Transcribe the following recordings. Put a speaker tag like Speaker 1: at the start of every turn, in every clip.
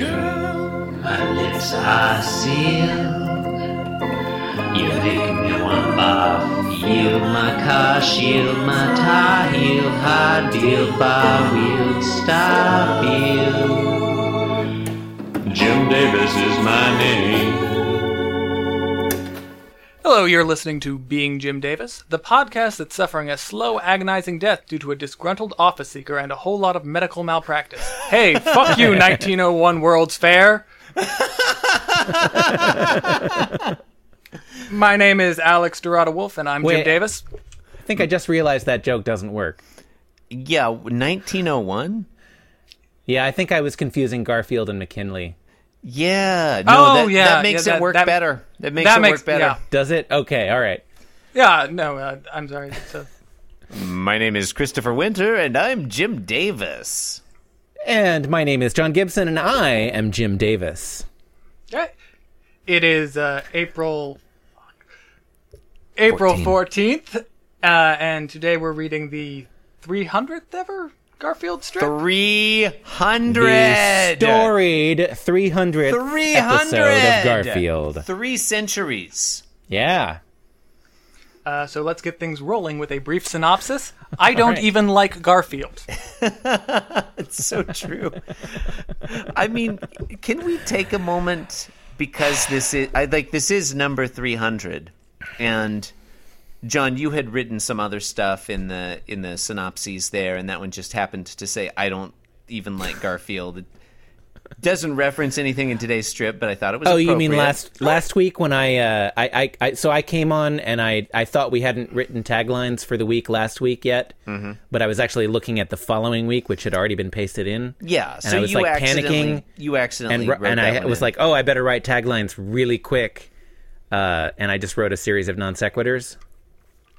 Speaker 1: Girl, my lips are sealed. You make me want off. Yield my car, shield my tie heel, high deal, bar wheel, stop you. Jim Davis is my name.
Speaker 2: Hello, you're listening to Being Jim Davis, the podcast that's suffering a slow, agonizing death due to a disgruntled office seeker and a whole lot of medical malpractice. Hey, fuck you, 1901 World's Fair! My name is Alex Dorada Wolf, and I'm Jim
Speaker 3: Wait.
Speaker 2: Davis.
Speaker 3: I think I just realized that joke doesn't work.
Speaker 4: Yeah, 1901.
Speaker 3: Yeah, I think I was confusing Garfield and McKinley.
Speaker 4: Yeah, no,
Speaker 2: Oh,
Speaker 4: that,
Speaker 2: yeah,
Speaker 4: that makes
Speaker 2: yeah,
Speaker 4: it
Speaker 2: that-
Speaker 4: work
Speaker 2: that-
Speaker 4: better. That makes
Speaker 2: that
Speaker 4: it
Speaker 2: makes-
Speaker 4: work better.
Speaker 2: yeah.
Speaker 3: Does it? Okay, all right.
Speaker 2: Yeah, no, uh, I'm sorry. So,
Speaker 4: My name is Christopher Winter, and I'm Jim Davis.
Speaker 3: And my name is John Gibson, and I am Jim Davis.
Speaker 2: yeah. It is uh, April April 14th, uh, and today we're reading the 300th ever Garfield strip.
Speaker 4: Three
Speaker 3: The
Speaker 4: hundred
Speaker 3: storied 300
Speaker 4: Three
Speaker 3: episode
Speaker 4: hundred
Speaker 3: of Garfield.
Speaker 4: Three centuries.
Speaker 3: Yeah.
Speaker 2: Uh, so let's get things rolling with a brief synopsis. I don't
Speaker 3: right.
Speaker 2: even like Garfield.
Speaker 4: so true. I mean, can we take a moment because this is I like this is number 300 and John, you had written some other stuff in the in the synopses there and that one just happened to say I don't even like Garfield. It doesn't reference anything in today's strip, but I thought it was
Speaker 3: Oh, you mean
Speaker 4: appropriate.
Speaker 3: last last week when I, uh, I, I, I so I came on and I, I thought we hadn't written taglines for the week last week yet, mm-hmm. but I was actually looking at the following week, which had already been pasted in.
Speaker 4: Yeah,
Speaker 3: and
Speaker 4: so
Speaker 3: I was
Speaker 4: you
Speaker 3: like
Speaker 4: accidentally
Speaker 3: panicking,
Speaker 4: you accidentally
Speaker 3: and ro-
Speaker 4: wrote
Speaker 3: and
Speaker 4: that
Speaker 3: I
Speaker 4: one
Speaker 3: was
Speaker 4: in.
Speaker 3: like, oh, I better write taglines really quick, uh, and I just wrote a series of non sequiturs.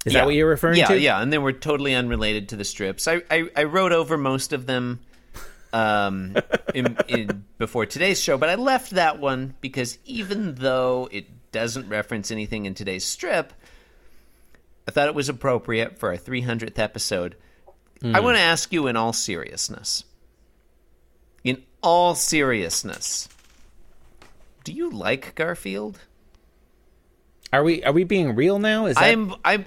Speaker 3: Is that what you're referring
Speaker 4: yeah,
Speaker 3: to?
Speaker 4: Yeah, and they were totally unrelated to the strips. I, I, I wrote over most of them um, in, in, before today's show, but I left that one because even though it doesn't reference anything in today's strip, I thought it was appropriate for our 300th episode.
Speaker 3: Hmm.
Speaker 4: I want to ask you in all seriousness. In all seriousness, do you like Garfield?
Speaker 3: Are we are we being real now? Is that,
Speaker 4: I'm I'm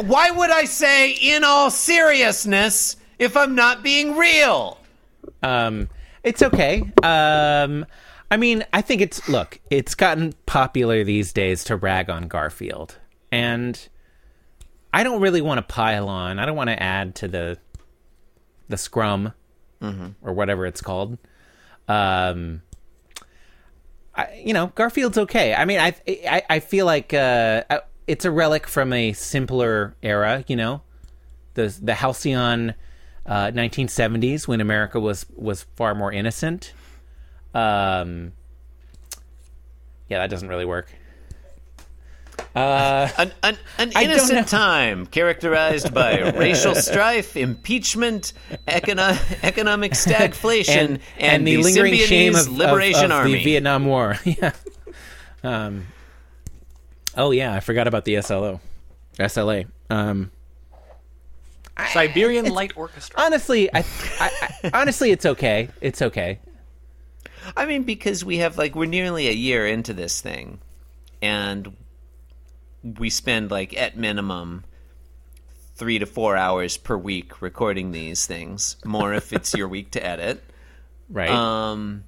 Speaker 4: why would I say in all seriousness if I'm not being real?
Speaker 3: um, it's okay. Um, I mean, I think it's look, it's gotten popular these days to rag on Garfield, and I don't really want to pile on. I don't want to add to the the scrum or whatever it's called. Um, I, you know, Garfield's okay. I mean, I I, I feel like uh, I- it's a relic from a simpler era. You know, the the halcyon uh, 1970s when America was was far more innocent. Um, yeah, that doesn't really work.
Speaker 4: An an, an
Speaker 3: I don't know.
Speaker 4: innocent time characterized by racial strife, impeachment, econo- economic stagflation, and,
Speaker 3: the, lingering
Speaker 4: Symbionese
Speaker 3: shame of, of-
Speaker 4: Liberation
Speaker 3: of
Speaker 4: Army.
Speaker 3: the Vietnam War. yeah. Um, oh yeah, I forgot about the SLO, SLA. Um,
Speaker 2: Siberian Light Orchestra.
Speaker 3: honestly, I, I, I honestly, it's okay. It's okay.
Speaker 4: I mean, because we have like we're nearly a year into this thing, and we spend like at minimum three to four hours per week recording these things. More if it's your week to edit.
Speaker 3: Right.
Speaker 4: Um,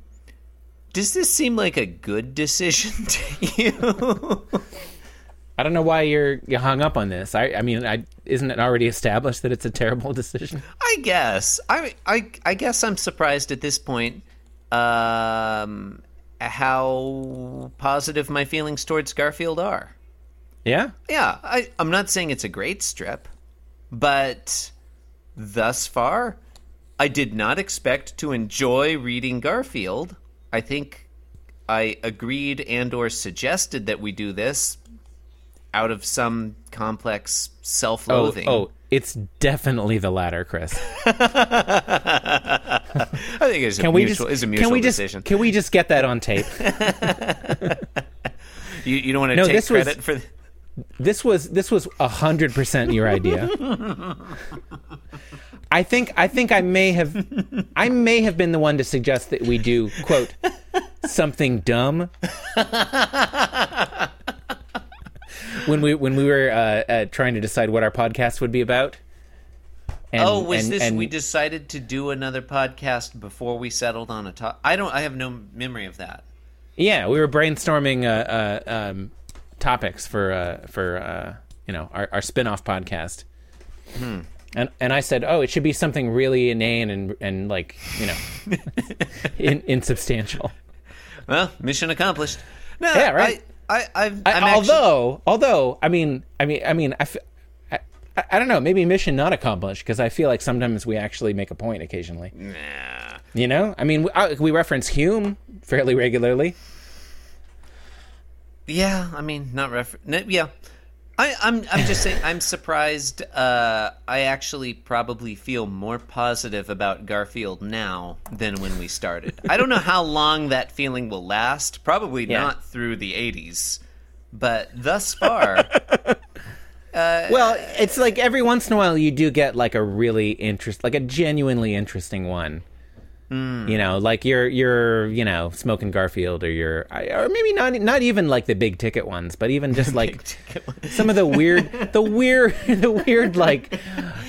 Speaker 4: does this seem like a good decision to you?
Speaker 3: I don't know why you're you hung up on this. I, I mean, I isn't it already established that it's a terrible decision?
Speaker 4: I guess. I, I I guess I'm surprised at this point. Um, how positive my feelings towards Garfield are.
Speaker 3: Yeah.
Speaker 4: Yeah, I, I'm not saying it's a great strip, but thus far, I did not expect to enjoy reading Garfield. I think I agreed and/or suggested that we do this out of some complex
Speaker 3: Oh,
Speaker 4: self-loathing.
Speaker 3: oh, it's definitely the latter, Chris.
Speaker 4: I think it's a
Speaker 3: Can we
Speaker 4: mutual,
Speaker 3: just
Speaker 4: it's a mutual
Speaker 3: can we just
Speaker 4: decision.
Speaker 3: can we just get that on tape?
Speaker 4: you, you don't want to
Speaker 3: No,
Speaker 4: take
Speaker 3: this was-
Speaker 4: credit for. th-
Speaker 3: this was this was hundred percent your idea. I think I think I may have I may have been the one to suggest that we do quote something dumb when we when we were uh, uh, trying to decide what our podcast would be about. And,
Speaker 4: oh, was
Speaker 3: and-
Speaker 4: this
Speaker 3: and-
Speaker 4: we decided to do another podcast before we settled on a top? I don't. I have no memory of that.
Speaker 3: Yeah, we were brainstorming uh, uh, um, topics for uh, for uh, you know our, our spin-off podcast.
Speaker 4: Hmm.
Speaker 3: And and I said, "Oh, it should be something really inane and and like, you know, in, insubstantial."
Speaker 4: Well, mission accomplished. No,
Speaker 3: Yeah, right.
Speaker 4: I, I, I've,
Speaker 3: I-
Speaker 4: I'm actually-
Speaker 3: although, although, I mean, I mean, I mean, I, f- I, I- I don't know. Maybe mission not accomplished because I feel like sometimes we actually make a point occasionally.
Speaker 4: Nah.
Speaker 3: You know, I mean, we, I, we reference Hume fairly regularly.
Speaker 4: Yeah, I mean, not refer. No, yeah, I, I'm. I'm just saying. I'm surprised. Uh, I actually probably feel more positive about Garfield now than when we started. I don't know how long that feeling will last. Probably not through the '80s, but thus far,
Speaker 3: Well, it's like every once in a while you do get like a really interest, like a genuinely interesting one. You know, like you're you're you know smoking Garfield or you're I- or maybe not not even like the big ticket ones, but even just like some of the weird the weird the weird like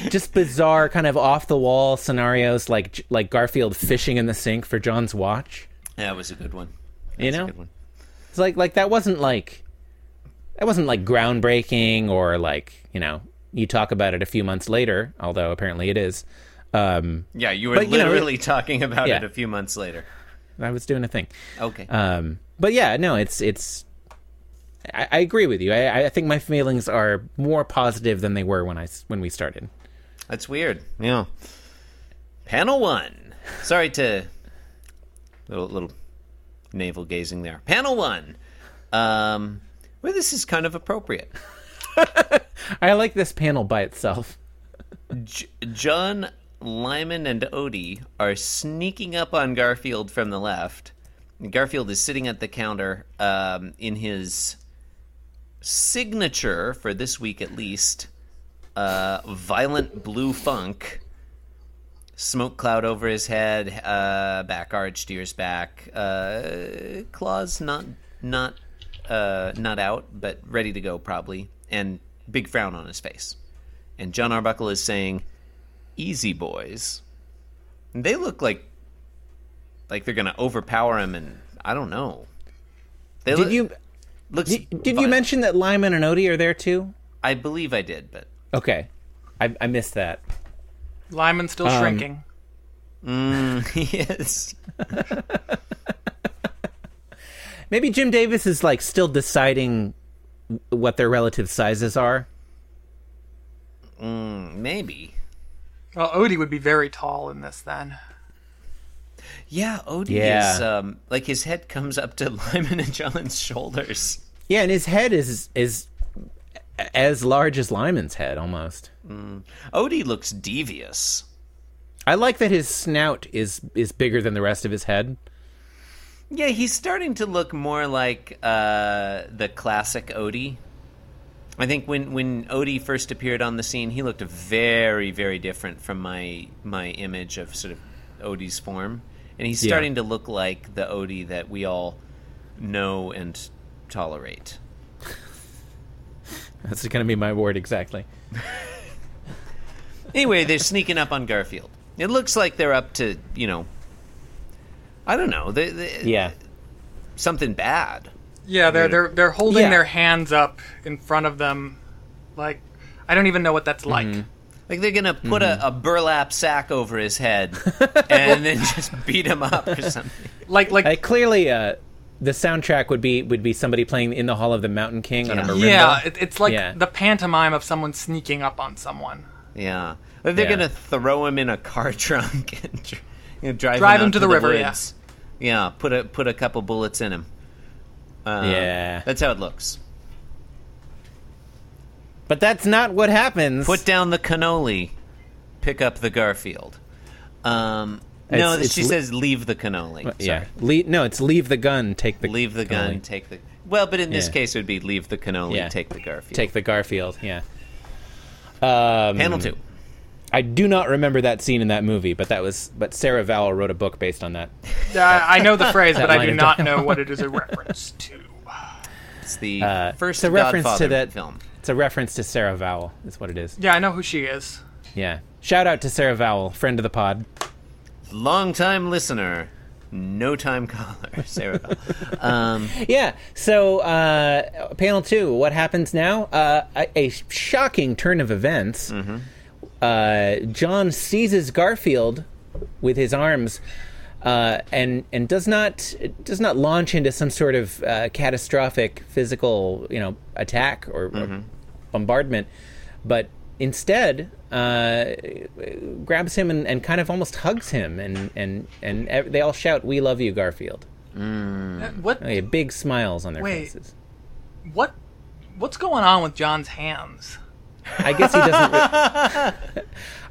Speaker 3: just bizarre kind of off the wall scenarios like like Garfield fishing in the sink for John's watch.
Speaker 4: that was a good one.
Speaker 3: You
Speaker 4: That's a
Speaker 3: know?
Speaker 4: good one.
Speaker 3: It's like like that wasn't like that wasn't like groundbreaking or like you know you talk about it a few months later, although apparently it is. Um,
Speaker 4: Yeah, you were
Speaker 3: But, you know,
Speaker 4: literally talking about
Speaker 3: yeah.
Speaker 4: it a few months later.
Speaker 3: I was doing a thing.
Speaker 4: Okay.
Speaker 3: Um, but yeah, no, it's it's. I, I agree with you. I, I think my feelings are more positive than they were when I s- when we started.
Speaker 4: That's weird. Yeah. Panel one. Sorry to little little navel gazing there. Panel one. Um, well, this is kind of appropriate.
Speaker 3: I like this panel by itself.
Speaker 4: J- John Lyman and Odie are sneaking up on Garfield from the left. Garfield is sitting at the counter um, in his signature for this week at least uh, violent blue funk. Smoke cloud over his head, uh, back arched, ears back, uh, claws not not uh, not out, but ready to go probably, and big frown on his face and John Arbuckle is saying, "Easy boys." And they look like like they're gonna overpower him, and I don't know. They
Speaker 3: Did
Speaker 4: look-
Speaker 3: you
Speaker 4: looks
Speaker 3: did, did you
Speaker 4: fine.
Speaker 3: mention that Lyman and Odie are there too?
Speaker 4: I believe I did, but
Speaker 3: Okay, I, I missed that.
Speaker 2: Lyman's still shrinking.
Speaker 4: yes,
Speaker 3: Maybe Jim Davis is like still deciding w- what their relative sizes are.
Speaker 4: maybe.
Speaker 2: Well, Odie would be very tall in this then.
Speaker 4: Yeah, Odie
Speaker 3: Yeah.
Speaker 4: is um, like his head comes up to Lyman and John's shoulders.
Speaker 3: Yeah, and his head is is as large as Lyman's head almost.
Speaker 4: Odie looks devious.
Speaker 3: I like that his snout is is bigger than the rest of his head.
Speaker 4: Yeah, he's starting to look more like uh, the classic Odie. I think when when Odie first appeared on the scene, he looked very very different from my my image of sort of Odie's form, and he's
Speaker 3: Yeah.
Speaker 4: starting to look like the Odie that we all know and tolerate.
Speaker 3: That's going to be my word exactly.
Speaker 4: Anyway, they're sneaking up on Garfield. It looks like they're up to you know, I don't know, they, they,
Speaker 3: Yeah.
Speaker 4: something bad.
Speaker 2: Yeah, they're they're they're holding
Speaker 3: Yeah.
Speaker 2: their hands up in front of them, like I don't even know what that's like.
Speaker 4: Like they're gonna put
Speaker 2: Mm-hmm.
Speaker 4: a, a burlap sack over his head and then just beat him up or something.
Speaker 2: Like like
Speaker 3: I clearly uh the soundtrack would be would be somebody playing in the hall of the Mountain King on a
Speaker 4: Yeah.
Speaker 3: marimba.
Speaker 2: yeah, it, it's like
Speaker 3: Yeah.
Speaker 2: the pantomime of someone sneaking up on someone.
Speaker 4: Yeah, like they're
Speaker 3: Yeah.
Speaker 4: gonna throw him in a car trunk and dr- you know, drive,
Speaker 2: Drive
Speaker 4: him,
Speaker 2: him
Speaker 4: out
Speaker 2: to the river, yeah.
Speaker 4: woods. Yeah. put a put a couple bullets in him. Uh,
Speaker 3: Yeah.
Speaker 4: that's how it looks.
Speaker 3: But that's not what happens.
Speaker 4: Put down the cannoli, pick up the Garfield. Um, no,
Speaker 3: It's- it's
Speaker 4: she
Speaker 3: le-
Speaker 4: says leave the cannoli.
Speaker 3: yeah.
Speaker 4: Sorry.
Speaker 3: Le- no, it's leave the gun, take the
Speaker 4: leave the gun,
Speaker 3: Totally.
Speaker 4: take the. Well, but in this
Speaker 3: Yeah.
Speaker 4: case, it would be leave the cannoli,
Speaker 3: Yeah.
Speaker 4: take the Garfield.
Speaker 3: take the Garfield. Yeah. Um,
Speaker 4: panel two.
Speaker 3: I do not remember that scene in that movie, but that was but Sarah Vowell wrote a book based on that.
Speaker 2: Uh, I know the phrase, but I
Speaker 3: line
Speaker 2: do
Speaker 3: of
Speaker 2: not know what it is a reference to.
Speaker 4: It's the
Speaker 3: Uh,
Speaker 4: first
Speaker 3: it's a reference
Speaker 4: Godfather
Speaker 3: to that
Speaker 4: film.
Speaker 3: It's a reference to Sarah Vowell. Is what it is.
Speaker 2: Yeah, I know who she is.
Speaker 3: Yeah. Shout out to Sarah Vowell, friend of the pod.
Speaker 4: Long time listener, no time caller. Sarah. Bell. um,
Speaker 3: Yeah. So, uh, panel two, what happens now? Uh, a, a shocking turn of events. Uh, John seizes Garfield with his arms. Uh, and and does not does not launch into some sort of uh, catastrophic physical you know attack or, or bombardment, but instead uh, grabs him and, and kind of almost hugs him and and and ev- they all shout "We love you, Garfield."
Speaker 2: What?
Speaker 3: Okay, big smiles on their
Speaker 2: Wait.
Speaker 3: faces.
Speaker 2: What? What's going on with John's hands?
Speaker 3: I guess he doesn't. Re-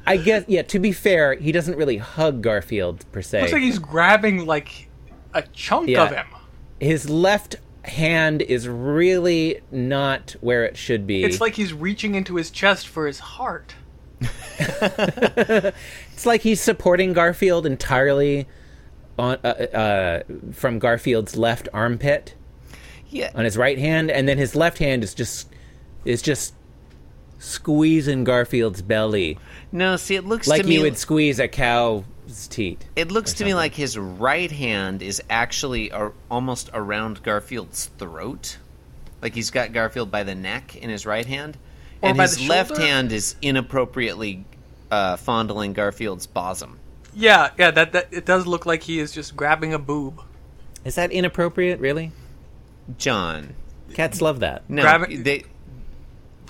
Speaker 3: I guess yeah. To be fair, he doesn't really hug Garfield per se.
Speaker 2: Looks like he's grabbing like a chunk
Speaker 3: Yeah.
Speaker 2: of him.
Speaker 3: His left hand is really not where it should be.
Speaker 2: It's like he's reaching into his chest for his heart.
Speaker 3: it's like he's supporting Garfield entirely on uh, uh, from Garfield's left armpit on
Speaker 4: yeah,
Speaker 3: his right hand, and then his left hand is just is just squeezing Garfield's belly
Speaker 4: no. See, it looks
Speaker 3: like
Speaker 4: to me
Speaker 3: you would squeeze a cow's teat.
Speaker 4: It looks to me like his right hand is actually ar- almost around Garfield's throat. Like he's got Garfield by the neck in his right hand.
Speaker 2: Or
Speaker 4: and
Speaker 2: by
Speaker 4: his
Speaker 2: the
Speaker 4: left
Speaker 2: shoulder?
Speaker 4: hand is inappropriately uh, fondling Garfield's bosom.
Speaker 2: Yeah, yeah. That that it does look like he is just grabbing a boob.
Speaker 3: Is that inappropriate? Really?
Speaker 4: John.
Speaker 3: Cats love that.
Speaker 4: No,
Speaker 2: Grab it-
Speaker 4: they,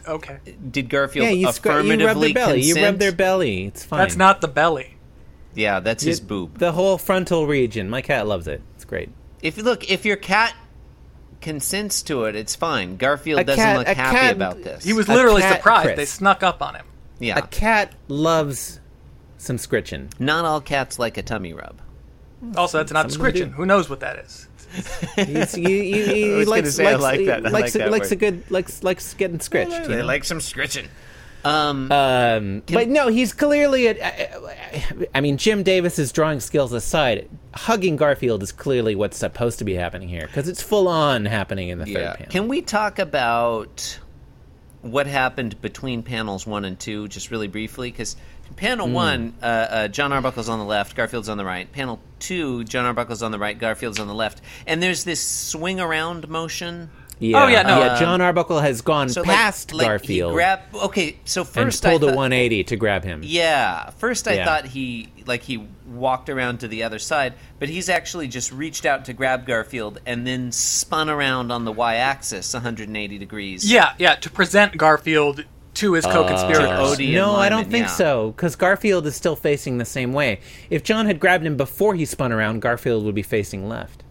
Speaker 2: Okay,
Speaker 4: did Garfield
Speaker 3: Yeah, you, scr-
Speaker 4: affirmatively
Speaker 3: you rub their belly.
Speaker 4: consent?
Speaker 3: You rub their belly. It's fine.
Speaker 2: that's not the belly.
Speaker 4: yeah, that's
Speaker 3: You-
Speaker 4: his boob.
Speaker 3: The whole frontal region. My cat loves it. It's great.
Speaker 4: if look, if your cat consents to it, it's fine. Garfield
Speaker 3: A
Speaker 4: doesn't
Speaker 3: cat-
Speaker 4: look
Speaker 3: a
Speaker 4: happy
Speaker 3: cat-
Speaker 4: about this.
Speaker 2: He was
Speaker 3: A
Speaker 2: literally
Speaker 3: cat,
Speaker 2: surprised
Speaker 3: Chris.
Speaker 2: they snuck up on him.
Speaker 4: yeah.
Speaker 3: A cat loves some scritching.
Speaker 4: Not all cats like a tummy rub.
Speaker 2: Also, that's not
Speaker 3: Some of them
Speaker 2: scritching.
Speaker 3: do.
Speaker 2: Who knows what that is?
Speaker 3: He's, you, you, you,
Speaker 4: I
Speaker 3: he
Speaker 4: was gonna
Speaker 3: likes,
Speaker 4: say I
Speaker 3: likes,
Speaker 4: like
Speaker 3: he
Speaker 4: that. I
Speaker 3: likes,
Speaker 4: like that
Speaker 3: likes a
Speaker 4: word.
Speaker 3: good likes likes getting scritched. you know?
Speaker 4: like some scritching. Um,
Speaker 3: Um, but no, he's clearly. A, I mean, Jim Davis's drawing skills aside, hugging Garfield is clearly what's supposed to be happening here because it's full on happening in the third
Speaker 4: yeah.
Speaker 3: panel.
Speaker 4: Can we talk about what happened between panels one and two, just really briefly? Because panel
Speaker 3: Hmm.
Speaker 4: one, uh, uh, John Arbuckle's on the left, Garfield's on the right. Panel two, John Arbuckle's on the right, Garfield's on the left, and there's this swing around motion.
Speaker 3: Yeah.
Speaker 2: Oh, yeah, no.
Speaker 3: yeah. John Arbuckle has gone
Speaker 4: uh, So like-
Speaker 3: past
Speaker 4: like, he
Speaker 3: Garfield
Speaker 4: grab, okay, so
Speaker 3: and
Speaker 4: first
Speaker 3: pulled
Speaker 4: I
Speaker 3: a
Speaker 4: thought-
Speaker 3: 180 to grab him.
Speaker 4: Yeah. First, I
Speaker 3: Yeah.
Speaker 4: thought he like he walked around to the other side, but he's actually just reached out to grab Garfield and then spun around on the y-axis 180 degrees.
Speaker 2: Yeah, yeah. To present Garfield to
Speaker 3: Uh,
Speaker 2: his co-conspirators.
Speaker 4: Odie. and
Speaker 3: No, I don't
Speaker 4: Lyman,
Speaker 3: think
Speaker 4: yeah.
Speaker 3: so, because Garfield is still facing the same way. If John had grabbed him before he spun around, Garfield would be facing left.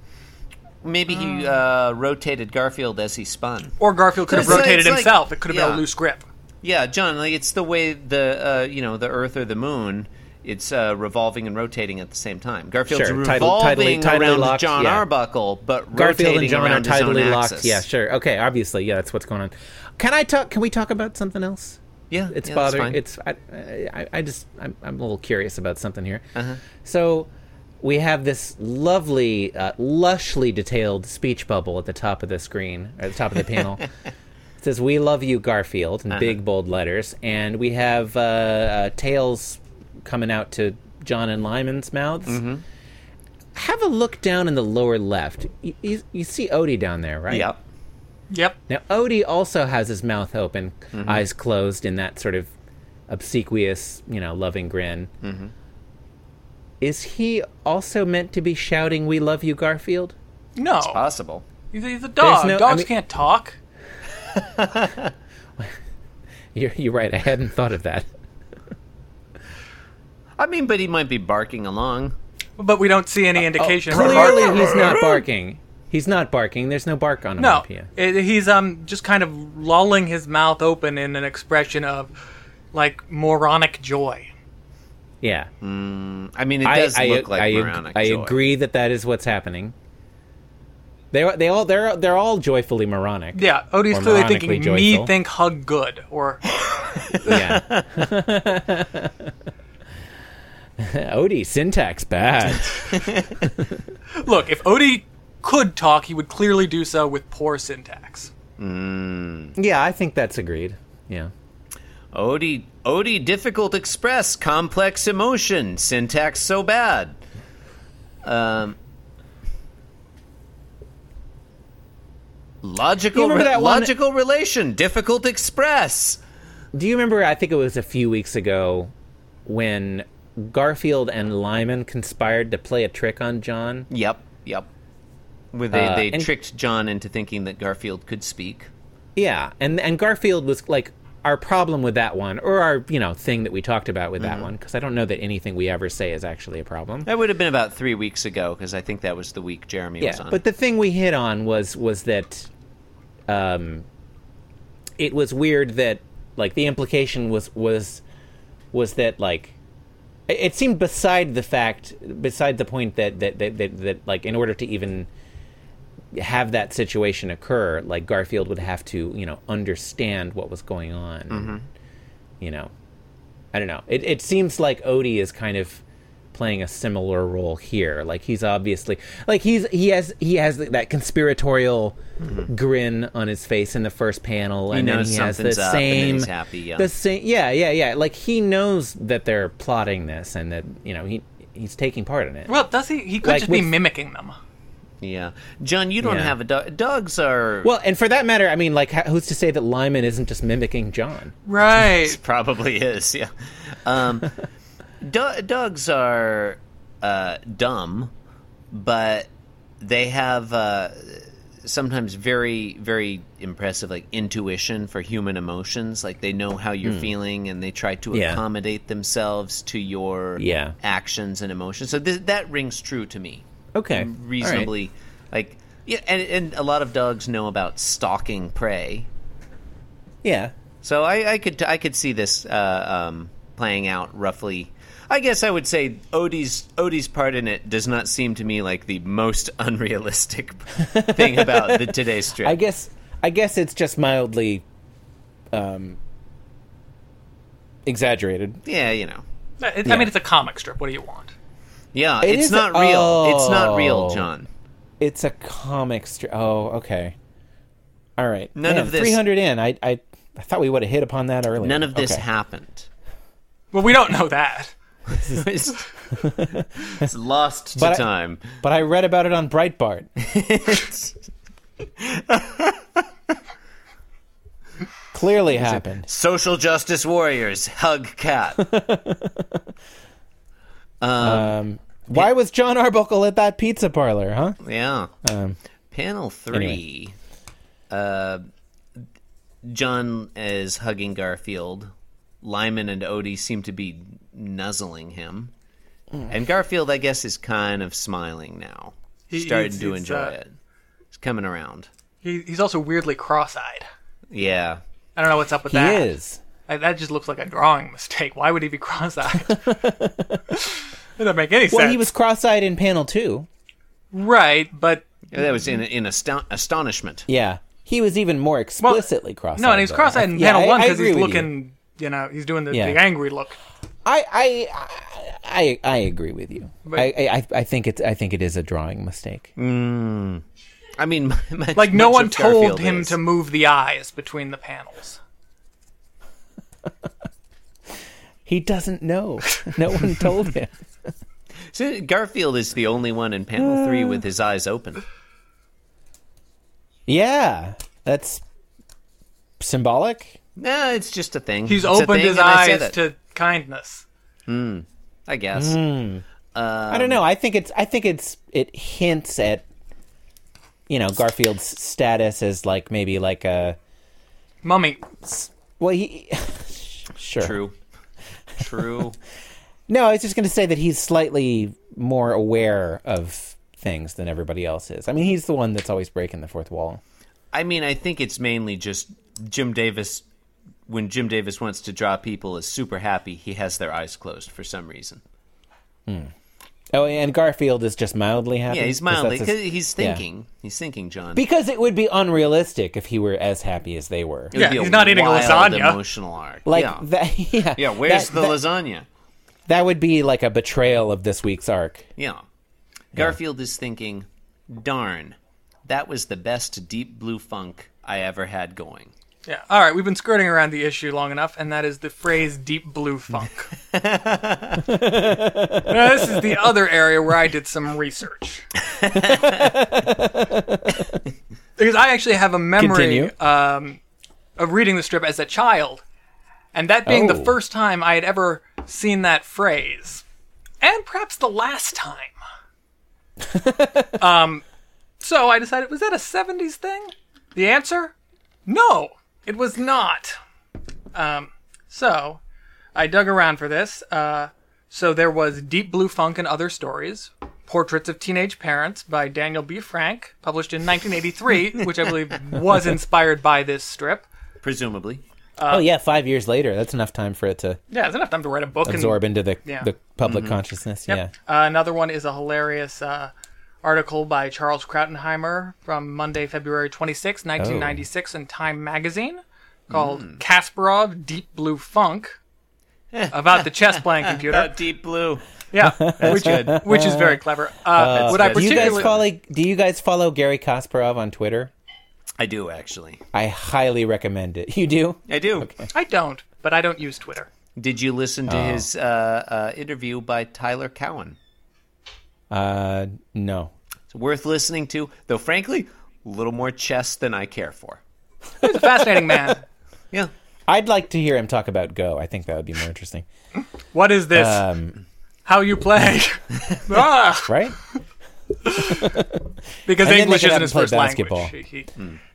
Speaker 4: Maybe he uh, rotated Garfield as he spun.
Speaker 2: or Garfield could have
Speaker 4: It's like-
Speaker 2: rotated
Speaker 4: it's like-
Speaker 2: himself. it could have been a
Speaker 4: yeah.
Speaker 2: loose grip.
Speaker 4: Yeah, John. Like it's the way the uh, you know the Earth or the Moon. It's uh, revolving and rotating at the same time. Garfield's
Speaker 3: Sure, tidal-
Speaker 4: revolving
Speaker 3: tidally- tidally
Speaker 4: around
Speaker 3: locked,
Speaker 4: John
Speaker 3: yeah.
Speaker 4: Arbuckle, but
Speaker 3: Garfield
Speaker 4: rotating
Speaker 3: and John are
Speaker 4: around his own
Speaker 3: tidally locked.
Speaker 4: axis.
Speaker 3: Yeah, sure. Okay, obviously, yeah, that's what's going on. Can I talk? Can we talk about something else?
Speaker 4: yeah.
Speaker 3: It's
Speaker 4: yeah, that's
Speaker 3: bothering.
Speaker 4: fine.
Speaker 3: It's I, I, I just I'm, I'm a little curious about something here.
Speaker 4: Uh-huh.
Speaker 3: So we have this lovely, uh, lushly detailed speech bubble at the top of the screen, or the top of the panel. it says "We love you, Garfield"
Speaker 4: Uh-huh.
Speaker 3: in big bold letters, and we have uh, uh, tails coming out to John and Lyman's mouths.
Speaker 4: Mm-hmm.
Speaker 3: Have a look down in the lower left. You, you, you see Odie down there, right?
Speaker 4: Yep.
Speaker 2: Yep.
Speaker 3: Now, Odie also has his mouth open,
Speaker 4: Mm-hmm.
Speaker 3: eyes closed in that sort of obsequious, you know, loving grin.
Speaker 4: Mm-hmm.
Speaker 3: Is he also meant to be shouting, We love you, Garfield?
Speaker 2: No,
Speaker 4: Possible.
Speaker 2: he's, he's a dog.
Speaker 3: no- I
Speaker 2: Dogs
Speaker 3: mean-
Speaker 2: can't talk.
Speaker 3: You're, you're right. I hadn't thought of that.
Speaker 4: I mean, but he might be barking along.
Speaker 2: But we don't see
Speaker 3: Uh, oh,
Speaker 2: any indication. of him
Speaker 3: Clearly, he's not barking. He's not barking. There's no bark on him.
Speaker 2: No,
Speaker 3: up here.
Speaker 2: it, he's um just kind of lolling his mouth open in an expression of like moronic joy.
Speaker 3: Yeah.
Speaker 4: I mean, Mm, it
Speaker 3: I,
Speaker 4: does
Speaker 3: I,
Speaker 4: look like
Speaker 3: I, ag-
Speaker 4: moronic
Speaker 3: I
Speaker 4: joy.
Speaker 3: agree that that is what's happening. They, are- they all they're they're all joyfully moronic.
Speaker 2: Yeah, Odie's
Speaker 3: Or
Speaker 2: clearly
Speaker 3: moronically
Speaker 2: thinking
Speaker 3: joyful.
Speaker 2: me think hug good or
Speaker 3: yeah. Odie, syntax bad.
Speaker 2: Look, if Odie could talk, he would clearly do so with poor syntax.
Speaker 3: yeah, I think that's agreed. Yeah.
Speaker 4: Odie, Odie, difficult express, complex emotion, syntax so bad. Um,
Speaker 3: You
Speaker 4: logical,
Speaker 3: remember
Speaker 4: re-
Speaker 3: that one-
Speaker 4: logical relation, difficult express.
Speaker 3: Do you remember? I think it was a few weeks ago when Garfield and Lyman conspired to play a trick on John.
Speaker 4: Yep, yep. Where they,
Speaker 3: Uh,
Speaker 4: they
Speaker 3: and-
Speaker 4: tricked John into thinking that Garfield could speak.
Speaker 3: Yeah, and and Garfield was like our problem with that one, or our you know thing that we talked about with that one, because I don't know that anything we ever say is actually a problem.
Speaker 4: That would have been about three weeks ago because I think that was the week Jeremy was
Speaker 3: Yeah,
Speaker 4: on.
Speaker 3: but the thing we hit on was was that, um, it was weird that like the implication was was was that like it- it seemed beside the fact beside the point that that that that, that like in order to even have that situation occur like garfield would have to you know understand what was going on
Speaker 4: Mm-hmm.
Speaker 3: you know i don't know it, it seems like odie is kind of playing a similar role here like he's obviously like he's he has he has that conspiratorial grin on his face in the first panel and
Speaker 4: Mm-hmm. knows
Speaker 3: then he has the
Speaker 4: something's up and then
Speaker 3: same
Speaker 4: he's happy, yeah.
Speaker 3: the same yeah yeah yeah like he knows that they're plotting this and that you know he he's taking part in it
Speaker 2: Well, does he? He could
Speaker 3: Like
Speaker 2: just be
Speaker 3: with-
Speaker 2: mimicking them.
Speaker 4: yeah, John, you don't
Speaker 3: Yeah.
Speaker 4: have a dog. Dogs are
Speaker 3: well and for that matter i mean like how- who's to say that lyman isn't just mimicking john
Speaker 2: Right.
Speaker 4: probably is. Yeah, um, do- dogs are uh, dumb, but they have uh, sometimes very very impressive like intuition for human emotions. Like they know how you're feeling, and they try to
Speaker 3: Hmm. Yeah.
Speaker 4: accommodate themselves to your
Speaker 3: Yeah.
Speaker 4: actions and emotions. So th- that rings true to me
Speaker 3: okay
Speaker 4: reasonably like yeah and, and a lot of dogs know about stalking prey
Speaker 3: yeah
Speaker 4: so i, I could i could see this uh, um, playing out roughly i guess i would say odie's odie's part in it does not seem to me like the most unrealistic thing about the today's strip
Speaker 3: i guess i guess it's just mildly um exaggerated
Speaker 4: yeah you know
Speaker 2: It-
Speaker 3: Yeah.
Speaker 2: I mean, it's a comic strip. What do you want?
Speaker 4: yeah
Speaker 3: It
Speaker 4: it's
Speaker 3: is-
Speaker 4: not real it's not real
Speaker 3: oh.
Speaker 4: john
Speaker 3: it's a comic stri- oh okay all right
Speaker 4: None
Speaker 3: Man,
Speaker 4: of this-
Speaker 3: 300 in i i I thought we would have hit upon that earlier.
Speaker 4: none of this
Speaker 3: Okay.
Speaker 4: happened
Speaker 2: Well, we don't know that.
Speaker 4: it's, it's lost to
Speaker 3: But I-
Speaker 4: time
Speaker 3: but I read about it on Breitbart. Clearly happened.
Speaker 4: Social justice warriors hug cat.
Speaker 3: Um, why was John Arbuckle at that pizza parlor, huh?
Speaker 4: Yeah. Panel three. Uh, John is hugging Garfield. Lyman and Odie seem to be nuzzling him,
Speaker 2: Mm.
Speaker 4: and Garfield, I guess, is kind of smiling now. He's
Speaker 2: He-
Speaker 4: starting
Speaker 2: he's-
Speaker 4: to
Speaker 2: he's,
Speaker 4: enjoy
Speaker 2: uh,
Speaker 4: it. He's coming around.
Speaker 2: He, he's also weirdly cross-eyed.
Speaker 4: Yeah.
Speaker 2: I don't know what's up with
Speaker 3: He
Speaker 2: that.
Speaker 3: is.
Speaker 2: I, that just looks like a drawing mistake. Why would he be cross-eyed? it doesn't make any sense.
Speaker 3: Well, he was cross-eyed in panel two.
Speaker 2: right, but
Speaker 4: That was in in aston- astonishment.
Speaker 3: Yeah, he was even more explicitly cross-eyed.
Speaker 2: no, and he's
Speaker 3: though.
Speaker 2: cross-eyed in
Speaker 3: Yeah,
Speaker 2: panel
Speaker 3: I-
Speaker 2: one
Speaker 3: I
Speaker 2: because he's
Speaker 3: agree with you.
Speaker 2: looking. You. know, he's doing the,
Speaker 3: Yeah.
Speaker 2: the angry look.
Speaker 3: I, I, I, I agree with you. I, I, I think it's. I think it is a drawing mistake.
Speaker 2: Mm.
Speaker 4: I mean, much-
Speaker 2: Like no
Speaker 4: much
Speaker 2: one
Speaker 4: of
Speaker 2: told
Speaker 4: Garfield
Speaker 2: him
Speaker 4: is.
Speaker 2: to move the eyes between the panels.
Speaker 3: He doesn't know. No one told him.
Speaker 4: So Garfield is the only one in panel
Speaker 2: Uh.
Speaker 4: three with his eyes open.
Speaker 3: Yeah, that's symbolic.
Speaker 4: No, it's just a thing.
Speaker 2: He's
Speaker 4: It's a
Speaker 2: opened
Speaker 4: thing,
Speaker 2: his
Speaker 4: and I say
Speaker 2: eyes
Speaker 4: that,
Speaker 2: to kindness.
Speaker 4: I guess.
Speaker 3: I
Speaker 2: Um,
Speaker 3: don't know. I think it's. I think it's. It hints at, you know, Garfield's status as like maybe like a.
Speaker 2: Mummy,
Speaker 3: Well, he. sure.
Speaker 4: True. True.
Speaker 3: No, I was just going to say that he's slightly more aware of things than everybody else is. I mean, he's the one that's always breaking the fourth wall.
Speaker 4: I mean, I think it's mainly just Jim Davis. When Jim Davis wants to draw people as super happy, he has their eyes closed for some reason.
Speaker 3: Oh, and Garfield is just mildly happy.
Speaker 4: Yeah, he's
Speaker 3: 'Cause that's
Speaker 4: mildly.
Speaker 3: his-
Speaker 4: 'cause he's
Speaker 3: yeah.
Speaker 4: thinking. He's thinking, John.
Speaker 3: Because it would be unrealistic if he were as happy as they were.
Speaker 4: It would
Speaker 2: Yeah,
Speaker 4: be
Speaker 2: he's not eating a
Speaker 4: wild
Speaker 2: lasagna.
Speaker 4: Emotional arc.
Speaker 3: Like
Speaker 4: yeah.
Speaker 3: that. Yeah.
Speaker 4: yeah. Where's
Speaker 3: that-
Speaker 4: the
Speaker 3: that-
Speaker 4: lasagna?
Speaker 3: That would be like a betrayal of this week's arc.
Speaker 4: Yeah. Garfield is thinking, darn, that was the best deep blue funk I ever had going.
Speaker 2: Yeah. All right, we've been skirting around the issue long enough, and that is the phrase "deep blue funk." now, this is the other area where I did some research because I actually have a memory
Speaker 3: Continue.
Speaker 2: um, of reading the strip as a child, and that being the
Speaker 3: Oh.
Speaker 2: first time I had ever seen that phrase, and perhaps the last time. um, so I decided, was that a '70s thing? The answer? No, it was not. Um, so, I dug around for this. Uh, so there was Deep Blue Funk and Other Stories, Portraits of Teenage Parents by Daniel B. Frank, published in 1983, which I believe was inspired by this strip.
Speaker 4: Presumably.
Speaker 3: oh yeah, five years later. That's enough time for it to
Speaker 2: Yeah, there's enough time to write a book. and-
Speaker 3: absorb into the
Speaker 2: yeah.
Speaker 3: the public
Speaker 4: Mm-hmm.
Speaker 3: consciousness.
Speaker 2: Yep. Uh, another one is a hilarious uh, article by Charles Krautenheimer from Monday, February
Speaker 3: Oh.
Speaker 2: 26, 1996, in Time Magazine called Kasparov Deep Blue Funk about the chess playing computer.
Speaker 4: About Uh, deep blue.
Speaker 2: Yeah, which, which is very clever. Uh, what I
Speaker 4: good.
Speaker 3: Yeah. Do you guys
Speaker 2: particularly.
Speaker 3: follow? Do you guys follow Gary Kasparov on Twitter?
Speaker 4: I do, actually.
Speaker 3: I highly recommend it. You do?
Speaker 4: I do.
Speaker 2: I don't, but I don't use Twitter.
Speaker 4: Did you listen to
Speaker 3: Oh.
Speaker 4: his uh, uh, interview by Tyler Cowan?
Speaker 3: Uh, no.
Speaker 4: It's worth listening to, though, frankly, a little more chess than I care for.
Speaker 2: He's a fascinating man.
Speaker 4: Yeah.
Speaker 3: I'd like to hear him talk about Go. I think that would be more interesting.
Speaker 2: What is this?
Speaker 3: Um,
Speaker 2: How you play? ah,
Speaker 3: right?
Speaker 2: because
Speaker 3: And then they
Speaker 2: English
Speaker 3: get out
Speaker 2: isn't
Speaker 3: and
Speaker 2: his
Speaker 3: play
Speaker 2: first
Speaker 3: basketball.
Speaker 2: language. He- he-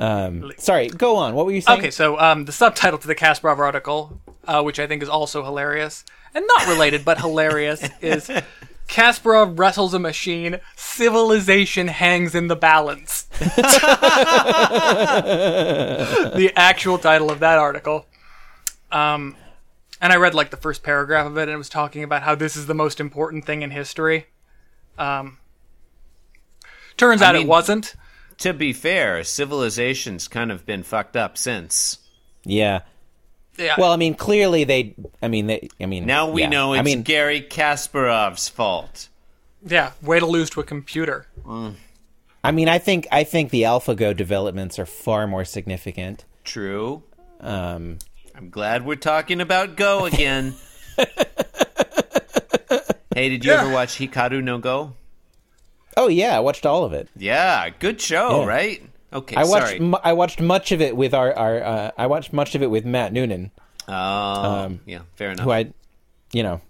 Speaker 3: Um, sorry. Go on. What were you saying?
Speaker 2: Okay, so um, the subtitle to the Kasparov article, uh, which I think is also hilarious and not related but hilarious, is Kasparov wrestles a machine, civilization hangs in the balance. the actual title of that article. Um, and I read like the first paragraph of it, and it was talking about how this is the most important thing in history. Um, turns out
Speaker 4: mean-
Speaker 2: it wasn't.
Speaker 4: To be fair, civilization's kind of been fucked up since.
Speaker 3: Yeah.
Speaker 2: Yeah.
Speaker 3: Well, I mean, clearly they. I mean, they. I mean,
Speaker 4: Now we
Speaker 3: yeah.
Speaker 4: know it's
Speaker 3: I mean,
Speaker 4: Gary Kasparov's fault.
Speaker 2: yeah, way to lose to a computer.
Speaker 3: I mean, I think I think the AlphaGo developments are far more significant.
Speaker 4: True.
Speaker 3: Um,
Speaker 4: I'm glad we're talking about Go again. hey, did you ever watch Hikaru no Go?
Speaker 3: oh yeah, I watched all of it.
Speaker 4: Yeah, good show,
Speaker 3: Yeah.
Speaker 4: right? Okay,
Speaker 3: I watched
Speaker 4: sorry.
Speaker 3: mu- I watched much of it with our our uh, I watched much of it with Matt Noonan,
Speaker 4: oh, yeah, fair enough.
Speaker 3: um, who I, you know,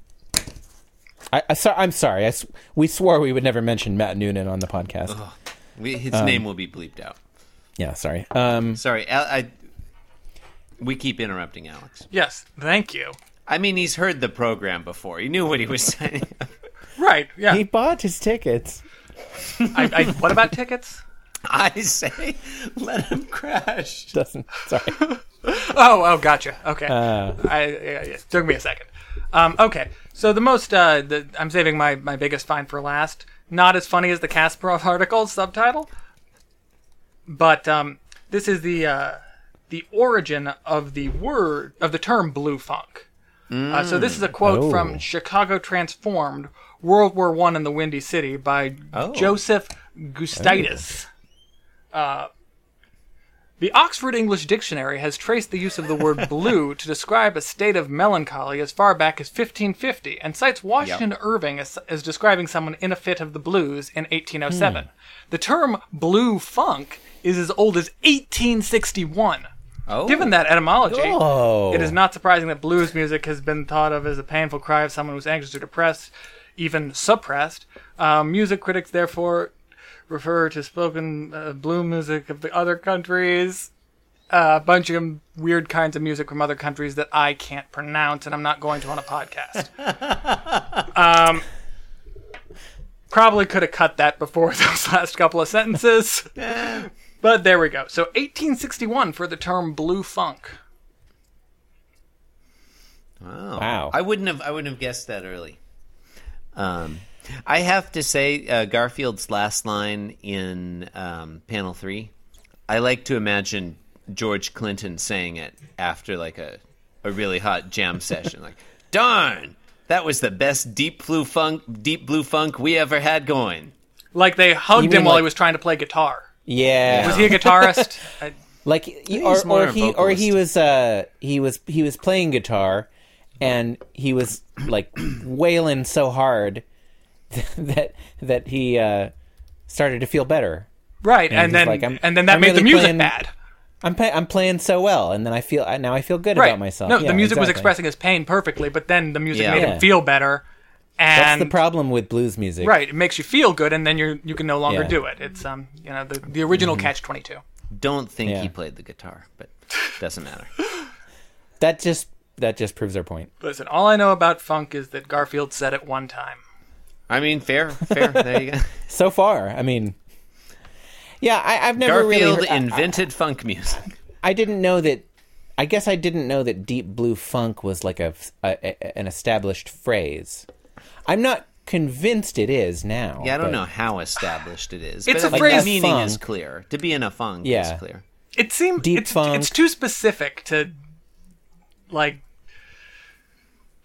Speaker 3: I, I so, I'm sorry. I s- we swore we would never mention Matt Noonan on the podcast.
Speaker 4: We, his
Speaker 3: um,
Speaker 4: name will be bleeped out.
Speaker 3: Yeah, sorry. Um,
Speaker 4: Sorry, Al, I. We keep interrupting Alex.
Speaker 2: Yes, thank you.
Speaker 4: I mean, he's heard the program before. He knew what he was saying.
Speaker 2: Right. Yeah.
Speaker 3: he bought his tickets.
Speaker 2: I, I, what about tickets?
Speaker 4: I say, let him crash.
Speaker 3: Doesn't sorry.
Speaker 2: Oh, oh, gotcha. Okay. I, yeah, yeah, took me a second. Um, okay. So the most, uh, the, I'm saving my, my biggest find for last. Not as funny as the Kasparov article subtitle, but um, this is the uh, the origin of the word of the term blue funk. Uh, so this is a quote
Speaker 3: Oh.
Speaker 2: from Chicago Transformed: World War One in the Windy City by Joseph Gustitis. The Oxford English Dictionary has traced the use of the word blue to describe a state of melancholy as far back as 1550 and cites Washington Irving as, as describing someone in a fit of the blues in 1807. The term blue funk is as old as 1861.
Speaker 4: Oh,
Speaker 2: Given that etymology,
Speaker 3: Oh.
Speaker 2: it is not surprising that blues music has been thought of as a painful cry of someone who's anxious or depressed, even suppressed. Um, music critics, therefore, refer to spoken uh, blue music of the other countries. Uh, a bunch of weird kinds of music from other countries that I can't pronounce and I'm not going to on a podcast. um, probably could have cut that before those last couple of sentences. but there we go. So 1861 for the term blue funk.
Speaker 4: Wow.
Speaker 3: Wow.
Speaker 4: I wouldn't have. I wouldn't have guessed that early. Um, I have to say, uh, Garfield's last line in um, panel three, I like to imagine George Clinton saying it after like a, a really hot jam session, like, "Darn, that was the best deep blue funk, deep blue funk we ever had going."
Speaker 2: Like they hugged
Speaker 3: You
Speaker 2: him
Speaker 3: mean,
Speaker 2: while he
Speaker 3: like- Oh.
Speaker 2: was trying to play guitar.
Speaker 3: Yeah.
Speaker 2: Was he a guitarist? I,
Speaker 3: like he- or,
Speaker 4: he's more
Speaker 3: or
Speaker 4: a
Speaker 3: he or he
Speaker 4: vocalist.
Speaker 3: was uh he was he was playing guitar and he was like wailing so hard that that he uh started to feel better
Speaker 2: right, and,
Speaker 3: he's
Speaker 2: then
Speaker 3: like, I'm-
Speaker 2: and then that
Speaker 3: I'm
Speaker 2: made the
Speaker 3: really
Speaker 2: music
Speaker 3: playing-
Speaker 2: bad.
Speaker 3: i'm pay- i'm playing so well and then i feel I- now i feel good
Speaker 2: Right.
Speaker 3: about myself
Speaker 2: No,
Speaker 3: Yeah,
Speaker 2: the music was
Speaker 3: exactly.
Speaker 2: expressing his pain perfectly, but then the music
Speaker 4: Yeah.
Speaker 2: made
Speaker 3: Yeah.
Speaker 2: him feel better.
Speaker 3: that's
Speaker 2: And
Speaker 3: the problem with blues music
Speaker 2: right, it makes you feel good, and then you are you can no longer
Speaker 3: Yeah. Mm-hmm.
Speaker 2: do it. It's um you know the the original Catch twenty two.
Speaker 4: Don't think
Speaker 3: Yeah.
Speaker 4: he played the guitar, but doesn't matter.
Speaker 3: that just that just proves our point
Speaker 2: Listen, all I know about funk is that Garfield said it one time.
Speaker 4: I mean, fair, fair. There you go.
Speaker 3: so far i mean yeah I, i've never
Speaker 4: Garfield
Speaker 3: really heard- I-
Speaker 4: invented funk music.
Speaker 3: I didn't know that. I guess I didn't know that deep blue funk was like a, a- a- an established phrase. I'm not convinced it is now.
Speaker 4: Yeah, I don't
Speaker 3: but-
Speaker 4: know how established it is.
Speaker 2: It's
Speaker 4: but
Speaker 2: a
Speaker 4: I think
Speaker 2: phrase-
Speaker 4: The meaning
Speaker 3: Funk.
Speaker 4: is clear. To be in a funk
Speaker 3: Yeah.
Speaker 4: is clear.
Speaker 2: It seemed
Speaker 3: Deep
Speaker 2: it's
Speaker 3: funk.
Speaker 2: it's too specific to like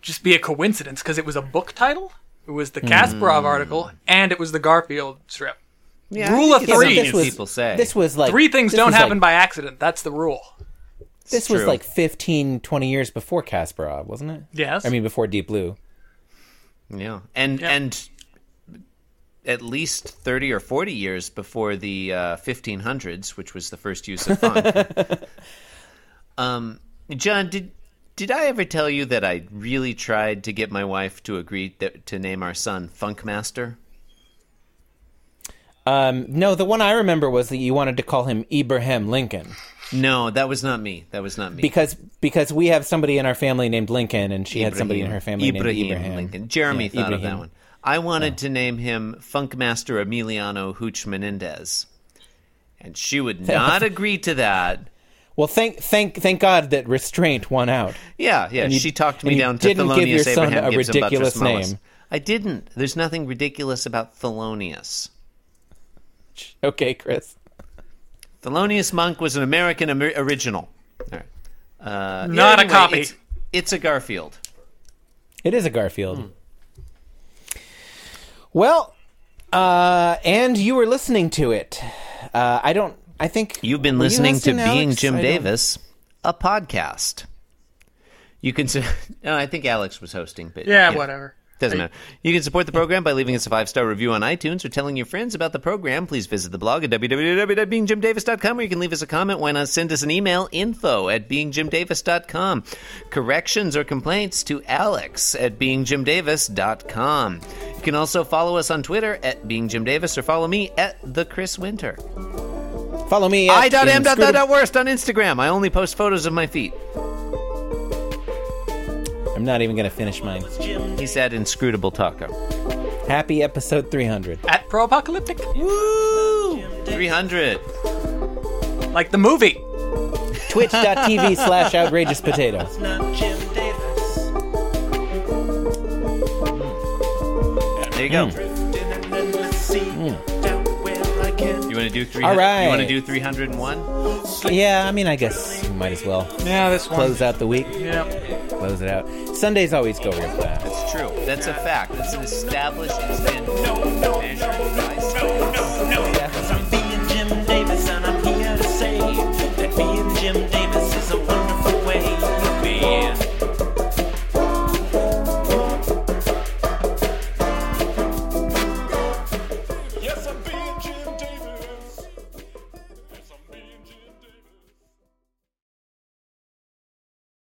Speaker 2: just be a coincidence because it was a book title. It was
Speaker 3: Hmm.
Speaker 2: the Kasparov article, and it was the Garfield strip.
Speaker 4: Yeah,
Speaker 2: Rule of
Speaker 3: Yeah, but
Speaker 2: three.
Speaker 3: this was-
Speaker 4: people say.
Speaker 3: This was like
Speaker 2: Three things
Speaker 3: this
Speaker 2: don't
Speaker 3: was
Speaker 2: happen
Speaker 3: Like,
Speaker 2: by accident. That's the rule.
Speaker 3: this was
Speaker 4: true.
Speaker 3: like 15, 20 years before Kasparov, wasn't it?
Speaker 2: Yes.
Speaker 3: I mean, before Deep Blue.
Speaker 4: Yeah, and and at least thirty or forty years before the uh, 1500s, which was the first use of funk. um, John, did did I ever tell you that I really tried to get my wife to agree that, to name our son Funkmaster?
Speaker 3: Um, no, the one I remember was that you wanted to call him Ibrahim Lincoln
Speaker 4: No, that was not me. That was not me.
Speaker 3: because because we have somebody in our family named Lincoln, and she had somebody in her family
Speaker 4: Ibrahim
Speaker 3: named Ibrahim
Speaker 4: Lincoln. Jeremy
Speaker 3: Yeah,
Speaker 4: thought of that
Speaker 3: Ibrahim.
Speaker 4: one. I wanted to name him Funkmaster Emiliano Hooch Menendez, and she would not agree to that.
Speaker 3: Well, thank thank thank God that restraint won out.
Speaker 4: Yeah, yeah.
Speaker 3: you-
Speaker 4: she talked
Speaker 3: and
Speaker 4: me
Speaker 3: you
Speaker 4: down to
Speaker 3: didn't give your
Speaker 4: Thelonious
Speaker 3: son
Speaker 4: Abraham
Speaker 3: a
Speaker 4: Gibson Buttress
Speaker 3: ridiculous
Speaker 4: Mullis.
Speaker 3: name.
Speaker 4: I didn't. There's nothing ridiculous about Thelonious.
Speaker 3: Okay, Chris.
Speaker 4: Thelonious Monk was an American Amer- original. All right. Uh, yeah,
Speaker 2: Not a
Speaker 4: anyway,
Speaker 2: copy.
Speaker 4: It's, it's a Garfield.
Speaker 3: It is a Garfield. Hmm. Well, uh, and you were listening to it. Uh, I don't. I think
Speaker 4: You've been
Speaker 3: were you
Speaker 4: listening to
Speaker 3: Alex?
Speaker 4: Being Jim
Speaker 3: I don't-
Speaker 4: Davis, a podcast. You can. Su- no, I think Alex was hosting, but
Speaker 2: Yeah, whatever.
Speaker 4: Doesn't matter. You can support the program by leaving us a five star review on iTunes or telling your friends about the program. Please visit the blog at www.beingjimdavis.com or you can leave us a comment. Why not send us an email info at beingjimdavis.com? Corrections or complaints to alex at beingjimdavis.com. You can also follow us on Twitter at beingjimdavis or follow me at the Chris Winter.
Speaker 3: Follow me. At inscrutable-
Speaker 4: I.m.worst on Instagram. I only post photos of my feet.
Speaker 3: I'm not even going to finish mine.
Speaker 4: He's at Inscrutable Taco.
Speaker 3: Happy episode 300.
Speaker 2: At pro apocalyptic,
Speaker 4: Woo! 300.
Speaker 2: like the movie.
Speaker 3: Twitch.tv slash outrageous potato.
Speaker 4: There you go. You want to do 300?
Speaker 3: All right.
Speaker 4: You want to do 301?
Speaker 3: Yeah, I mean, I guess we might as well
Speaker 2: Yeah, this one.
Speaker 3: close out the week.
Speaker 2: Yeah.
Speaker 3: Close it out. Sundays always go real fast.
Speaker 4: That's true. That's a fact. That's an established, it's been measured by science.